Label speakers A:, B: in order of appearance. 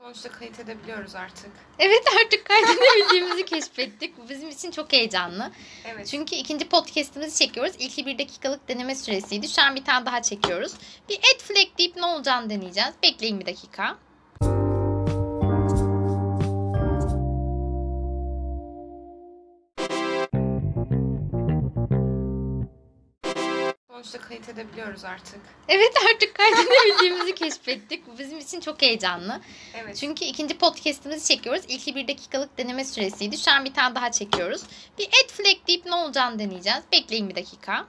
A: Sonuçta kayıt edebiliyoruz artık.
B: Evet artık kaydedebildiğimizi keşfettik. Bu bizim için çok heyecanlı.
A: Evet.
B: Çünkü ikinci podcastimizi çekiyoruz. İlki bir dakikalık deneme süresiydi. Şu an bir tane daha çekiyoruz. Bir et flag deyip ne olacağını deneyeceğiz. Bekleyin bir dakika.
A: Sonuçta kayıt edebiliyoruz artık.
B: Evet artık kaydedebildiğimizi keşfettik. Bu bizim için çok heyecanlı.
A: Evet.
B: Çünkü ikinci podcastimizi çekiyoruz. İlki bir dakikalık deneme süresiydi. Şu an bir tane daha çekiyoruz. Bir et flag deyip ne olacağını deneyeceğiz. Bekleyin bir dakika.